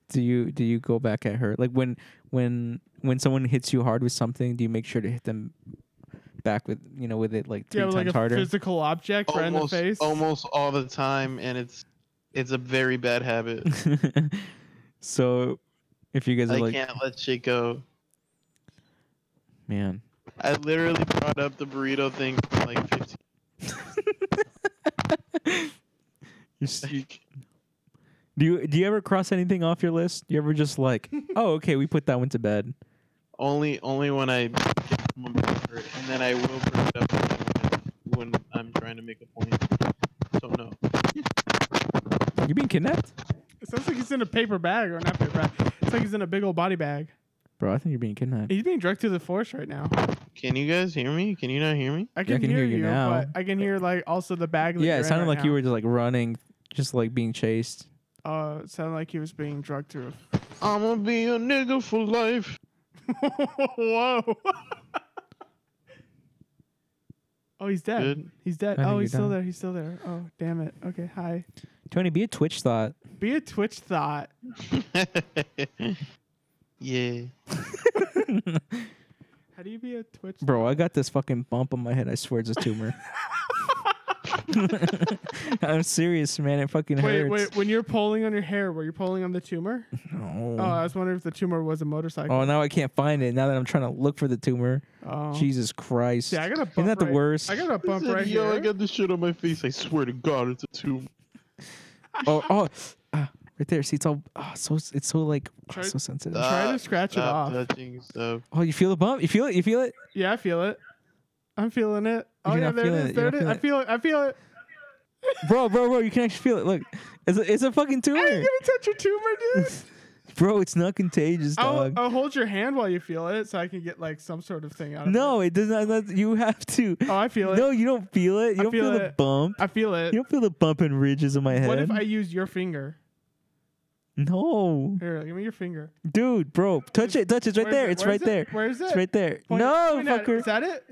Speaker 2: Do you do you go back at her? Like when when when someone hits you hard with something, do you make sure to hit them back with you know with it like three
Speaker 1: yeah,
Speaker 2: times
Speaker 1: like a
Speaker 2: harder?
Speaker 1: physical object right in the
Speaker 3: almost,
Speaker 1: face.
Speaker 3: almost all the time, and it's it's a very bad habit.
Speaker 2: so if you guys are
Speaker 3: I
Speaker 2: like
Speaker 3: can't let shit go.
Speaker 2: man.
Speaker 3: I literally brought up the burrito thing for like
Speaker 2: You're
Speaker 3: 15
Speaker 2: s- you- Do you do you ever cross anything off your list? You ever just like, oh, okay, we put that one to bed.
Speaker 3: Only only when I get someone paper, and then I will bring it up when, I, when I'm trying to make a point. So no.
Speaker 2: You being kidnapped,
Speaker 1: It sounds like he's in a paper bag or not paper bag. It's like he's in a big old body bag.
Speaker 2: bro? I think you're being kidnapped.
Speaker 1: He's being dragged through the forest right now.
Speaker 3: Can you guys hear me? Can you not hear me?
Speaker 1: I can,
Speaker 2: can
Speaker 1: hear,
Speaker 2: hear you
Speaker 1: you,
Speaker 2: now.
Speaker 1: but I can hear like also the bag. that
Speaker 2: Yeah,
Speaker 1: you're
Speaker 2: it
Speaker 1: in
Speaker 2: sounded
Speaker 1: right
Speaker 2: like you
Speaker 1: now.
Speaker 2: were just like running, just like being chased.
Speaker 1: Uh, it sounded like he was being drugged through.
Speaker 3: I'm gonna be a nigga for life.
Speaker 1: a- Whoa. oh, he's dead.
Speaker 3: Good.
Speaker 1: He's dead.
Speaker 2: I think
Speaker 1: oh,
Speaker 2: you're
Speaker 1: he's still
Speaker 2: done.
Speaker 1: there. He's still there. Oh, damn it. Okay, hi.
Speaker 2: Tony, be a Twitch thought.
Speaker 1: Be a Twitch thought.
Speaker 3: yeah.
Speaker 1: How do you be a Twitch?
Speaker 2: Bro, I got this fucking bump on my head. I swear it's a tumor. I'm serious, man. It fucking
Speaker 1: Wait,
Speaker 2: hurts. Mm-hmm.
Speaker 1: wait. When you're pulling on your hair, were you pulling on the tumor?
Speaker 2: No.
Speaker 1: Oh, I was wondering if the tumor was a motorcycle.
Speaker 2: Oh, now I can't find it. Now that I'm trying to look for the tumor.
Speaker 1: Oh.
Speaker 2: Jesus Christ.
Speaker 1: Yeah, I got a bump.
Speaker 2: Isn't that the
Speaker 1: right-
Speaker 2: worst?
Speaker 1: I got a bump
Speaker 4: He said,
Speaker 1: right
Speaker 4: Yo, I
Speaker 1: here.
Speaker 4: got this shit on my face. I swear to God, it's a tumor.
Speaker 2: oh, oh ah, right there. See, it's all oh, so it's so like oh,
Speaker 1: Try-
Speaker 2: so sensitive.
Speaker 4: Ah,
Speaker 1: Try to
Speaker 3: Stop-
Speaker 1: scratch it
Speaker 3: stop
Speaker 1: off.
Speaker 3: touching stuff.
Speaker 2: oh, you feel the bump? You feel it? You feel it?
Speaker 1: Yeah, I feel it. I'm feeling it. Oh
Speaker 2: You're
Speaker 1: yeah,
Speaker 2: not
Speaker 1: there it
Speaker 2: feeling
Speaker 1: is.
Speaker 2: it.
Speaker 1: There
Speaker 2: You're
Speaker 1: it is.
Speaker 2: not
Speaker 1: I feel it. I feel it.
Speaker 2: Bro, bro, bro, you can actually feel it. Look. It's a, it's a
Speaker 1: I
Speaker 2: fucking
Speaker 1: ain't
Speaker 2: tumor.
Speaker 1: gonna touch your tumor, dude.
Speaker 2: Bro, it's not contagious,
Speaker 1: I'll,
Speaker 2: dog.
Speaker 1: I'll hold your hand while you feel it, so I can get like some sort of thing out of it.
Speaker 2: no, it does not. not- you have to.
Speaker 1: Oh, I feel it.
Speaker 2: No, you don't feel it. You
Speaker 1: I
Speaker 2: don't
Speaker 1: feel
Speaker 2: feel, the
Speaker 1: it.
Speaker 2: bump.
Speaker 1: I feel it.
Speaker 2: You don't feel the bump and ridges in my head.
Speaker 1: What if I use your finger?
Speaker 2: no,
Speaker 1: Here, give me your finger.
Speaker 2: dude, bro, touch it, touch it, it's right
Speaker 1: Where is
Speaker 2: there.
Speaker 1: it?
Speaker 2: It's
Speaker 1: Where is
Speaker 2: right
Speaker 1: it?
Speaker 2: there.
Speaker 1: Where is it?
Speaker 2: It's right there.
Speaker 1: Point-
Speaker 2: no,
Speaker 1: point at it.
Speaker 2: fucker.
Speaker 1: Is that it?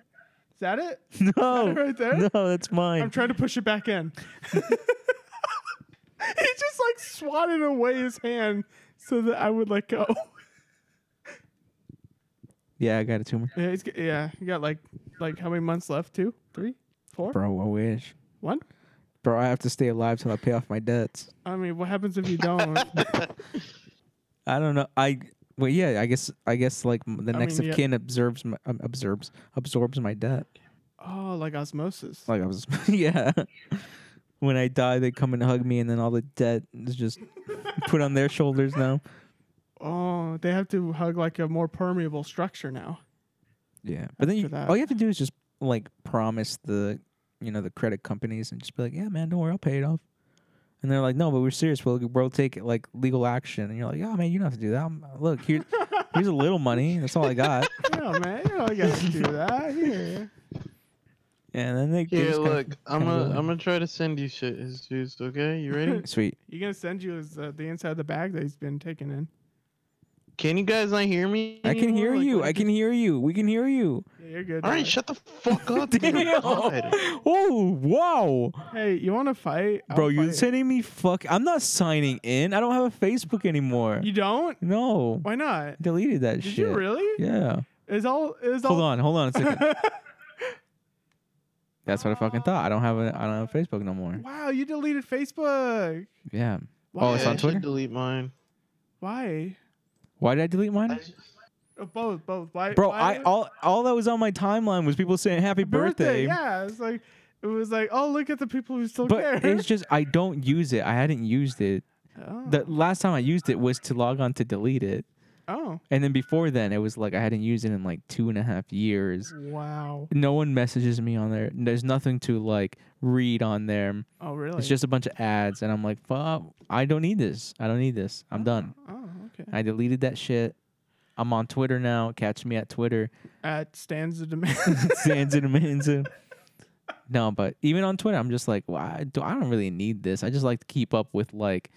Speaker 1: Is that it?
Speaker 2: no,
Speaker 1: right there?
Speaker 2: no, that's mine.
Speaker 1: I'm trying to push it back in. he just like swatted away his hand so that I would let go.
Speaker 2: yeah, I got a tumor,
Speaker 1: yeah, he's, g- yeah, you got like like how many months left? Two, three, four,
Speaker 2: bro. I wish,
Speaker 1: one.
Speaker 2: bro. I have to stay alive till I pay off my debts.
Speaker 1: I mean, what happens if you don't?
Speaker 2: I don't know. I well, yeah, I guess, I guess, like m- the
Speaker 1: I
Speaker 2: next
Speaker 1: mean, yeah.
Speaker 2: of kin observes, my, um, observes, absorbs my debt.
Speaker 1: oh, like osmosis.
Speaker 2: Like I was, yeah. When I die, they come and hug me, and then all the debt is just put on their shoulders now.
Speaker 1: Oh, they have to hug like a more permeable structure now.
Speaker 2: Yeah, but then you,
Speaker 1: after that.
Speaker 2: all you have to do is just like promise the, you know, the credit companies and just be like, yeah, man, don't worry, I'll pay it off. And they're like, no, but we're serious. We'll we'll take it like legal action. And you're like, oh man, you don't have to do that. I'm, look, here, here's a little money. That's all I got.
Speaker 1: Yeah, man, you don't gotta do that. Here.
Speaker 2: And then they they
Speaker 3: Here,
Speaker 2: just kinda-
Speaker 3: look, I'm
Speaker 2: kinda
Speaker 3: gonna
Speaker 2: go
Speaker 3: I'm
Speaker 2: in.
Speaker 3: gonna try to send you shit, Jesus. Okay, you ready?
Speaker 2: sweet.
Speaker 1: You gonna send you his, uh, the inside of the bag that he's been taken in.
Speaker 3: Can you guys not hear me?
Speaker 2: I can
Speaker 3: anymore?
Speaker 2: hear
Speaker 3: Like,
Speaker 2: you.
Speaker 3: what
Speaker 2: I
Speaker 3: is
Speaker 2: can hear you. We can hear you.
Speaker 1: Yeah, you're good.
Speaker 3: All right,
Speaker 1: dog.
Speaker 3: shut the fuck up. dude.
Speaker 2: Damn.
Speaker 3: God.
Speaker 2: Oh wow.
Speaker 1: hey, you want to fight, I'll
Speaker 2: Bro, you
Speaker 1: fight.
Speaker 2: sending me fuck. I'm not signing in. I don't have a Facebook anymore.
Speaker 1: You don't?
Speaker 2: no,
Speaker 1: Why not?
Speaker 2: deleted that
Speaker 1: Did
Speaker 2: shit.
Speaker 1: you really?
Speaker 2: Yeah.
Speaker 1: Is all is
Speaker 2: Hold
Speaker 1: all?
Speaker 2: on, hold on a second. That's what I fucking thought. I don't have a I don't have Facebook no more.
Speaker 1: wow, you deleted Facebook.
Speaker 2: Yeah.
Speaker 1: Why?
Speaker 2: Oh, it's
Speaker 3: Yeah,
Speaker 2: on
Speaker 3: I should
Speaker 2: Twitter?
Speaker 3: Delete mine.
Speaker 1: Why?
Speaker 2: Why did I delete mine?
Speaker 1: Oh, both, both. Why,
Speaker 2: Bro,
Speaker 1: why-
Speaker 2: I all all that was on my timeline was people saying happy birthday.
Speaker 1: Yeah, it's like it was like, oh, look at the people who still
Speaker 2: But
Speaker 1: care.
Speaker 2: it's just I don't use it. I hadn't used it.
Speaker 1: oh,
Speaker 2: The last time I used it was to log on to delete it.
Speaker 1: oh,
Speaker 2: And then before then it was like I hadn't used it in like two and a half years.
Speaker 1: wow.
Speaker 2: No one messages me on there. There's nothing to like read on there.
Speaker 1: Oh, really?
Speaker 2: It's just a bunch of ads and I'm like, fuck I don't need this. I don't need this. I'm done.
Speaker 1: Oh, okay.
Speaker 2: I deleted that shit. I'm on Twitter now. Catch me at Twitter.
Speaker 1: At stands the demand.
Speaker 2: Sans and Manza. No, but even on Twitter, I'm just like, well, I, do, I don't really need this. I just like to keep up with like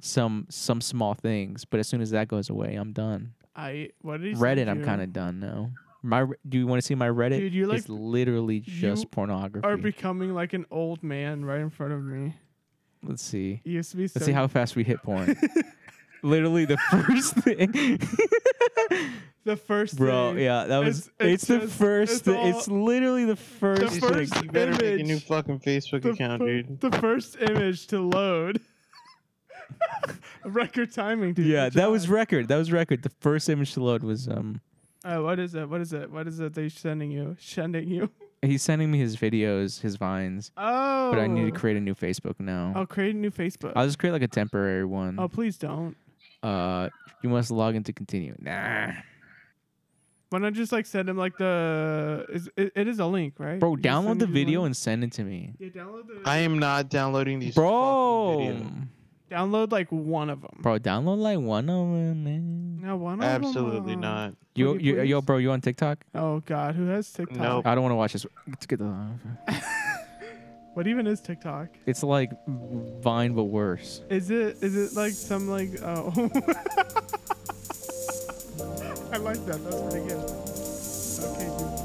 Speaker 2: some some small things. But as soon as that goes away, I'm done.
Speaker 1: I what did he send
Speaker 2: Reddit, I'm
Speaker 1: you?
Speaker 2: kind of done now. My do you want to see my Reddit?
Speaker 1: Dude, you,
Speaker 2: it's
Speaker 1: like,
Speaker 2: literally just
Speaker 1: you
Speaker 2: pornography.
Speaker 1: are becoming like an old man right in front of me.
Speaker 2: Let's see.
Speaker 1: You used to be.
Speaker 2: Let's
Speaker 1: so-
Speaker 2: see how fast we hit porn. literally the first thing.
Speaker 1: the first
Speaker 2: Bro,
Speaker 1: thing-
Speaker 2: yeah, that was.
Speaker 1: It's-
Speaker 2: It's,
Speaker 1: it's
Speaker 2: the
Speaker 1: just-
Speaker 2: first.
Speaker 1: it's
Speaker 2: It's, it's
Speaker 1: all-
Speaker 2: literally the first.
Speaker 3: Jesus,
Speaker 2: thing.
Speaker 1: first
Speaker 3: you better make a new
Speaker 1: image.
Speaker 3: fucking Facebook
Speaker 1: the,
Speaker 3: account,
Speaker 1: fir-
Speaker 3: dude.
Speaker 1: the first image to load. Record timing, dude.
Speaker 2: Yeah,
Speaker 1: Good
Speaker 2: that was
Speaker 1: job.
Speaker 2: record. That was record. The first image to load was um.
Speaker 1: Uh, what is it? What is it? What is it? They sending you? Sending you?
Speaker 2: he's sending me his videos, his vines,
Speaker 1: Oh.
Speaker 2: but I need to create a new Facebook now.
Speaker 1: I'll create a new Facebook.
Speaker 2: I'll just create like a temporary one.
Speaker 1: oh, please don't.
Speaker 2: Uh, you must log in to continue. Nah,
Speaker 1: Why not just like send him like the? Is, it, it is a link, right?
Speaker 2: bro,
Speaker 1: You just send
Speaker 2: download
Speaker 1: him
Speaker 2: the
Speaker 1: his
Speaker 2: video
Speaker 1: link?
Speaker 2: and send it to me,
Speaker 1: Yeah, download the.
Speaker 3: I am not downloading these. fucking
Speaker 2: bro.
Speaker 3: videos.
Speaker 1: download like one of them.
Speaker 2: Bro, download like one of them. Man.
Speaker 1: No, one of 'em,
Speaker 3: Absolutely
Speaker 1: uh,
Speaker 3: not.
Speaker 2: You,
Speaker 1: Will you
Speaker 2: you, yo,
Speaker 1: please?
Speaker 2: bro, you on TikTok?
Speaker 1: Oh God, who has TikTok?
Speaker 3: Nope.
Speaker 2: I don't want to watch this. Let's get the.
Speaker 1: What even is TikTok?
Speaker 2: It's like Vine but worse.
Speaker 1: Is it is it like some like oh I like that. That's pretty good. Okay, dude.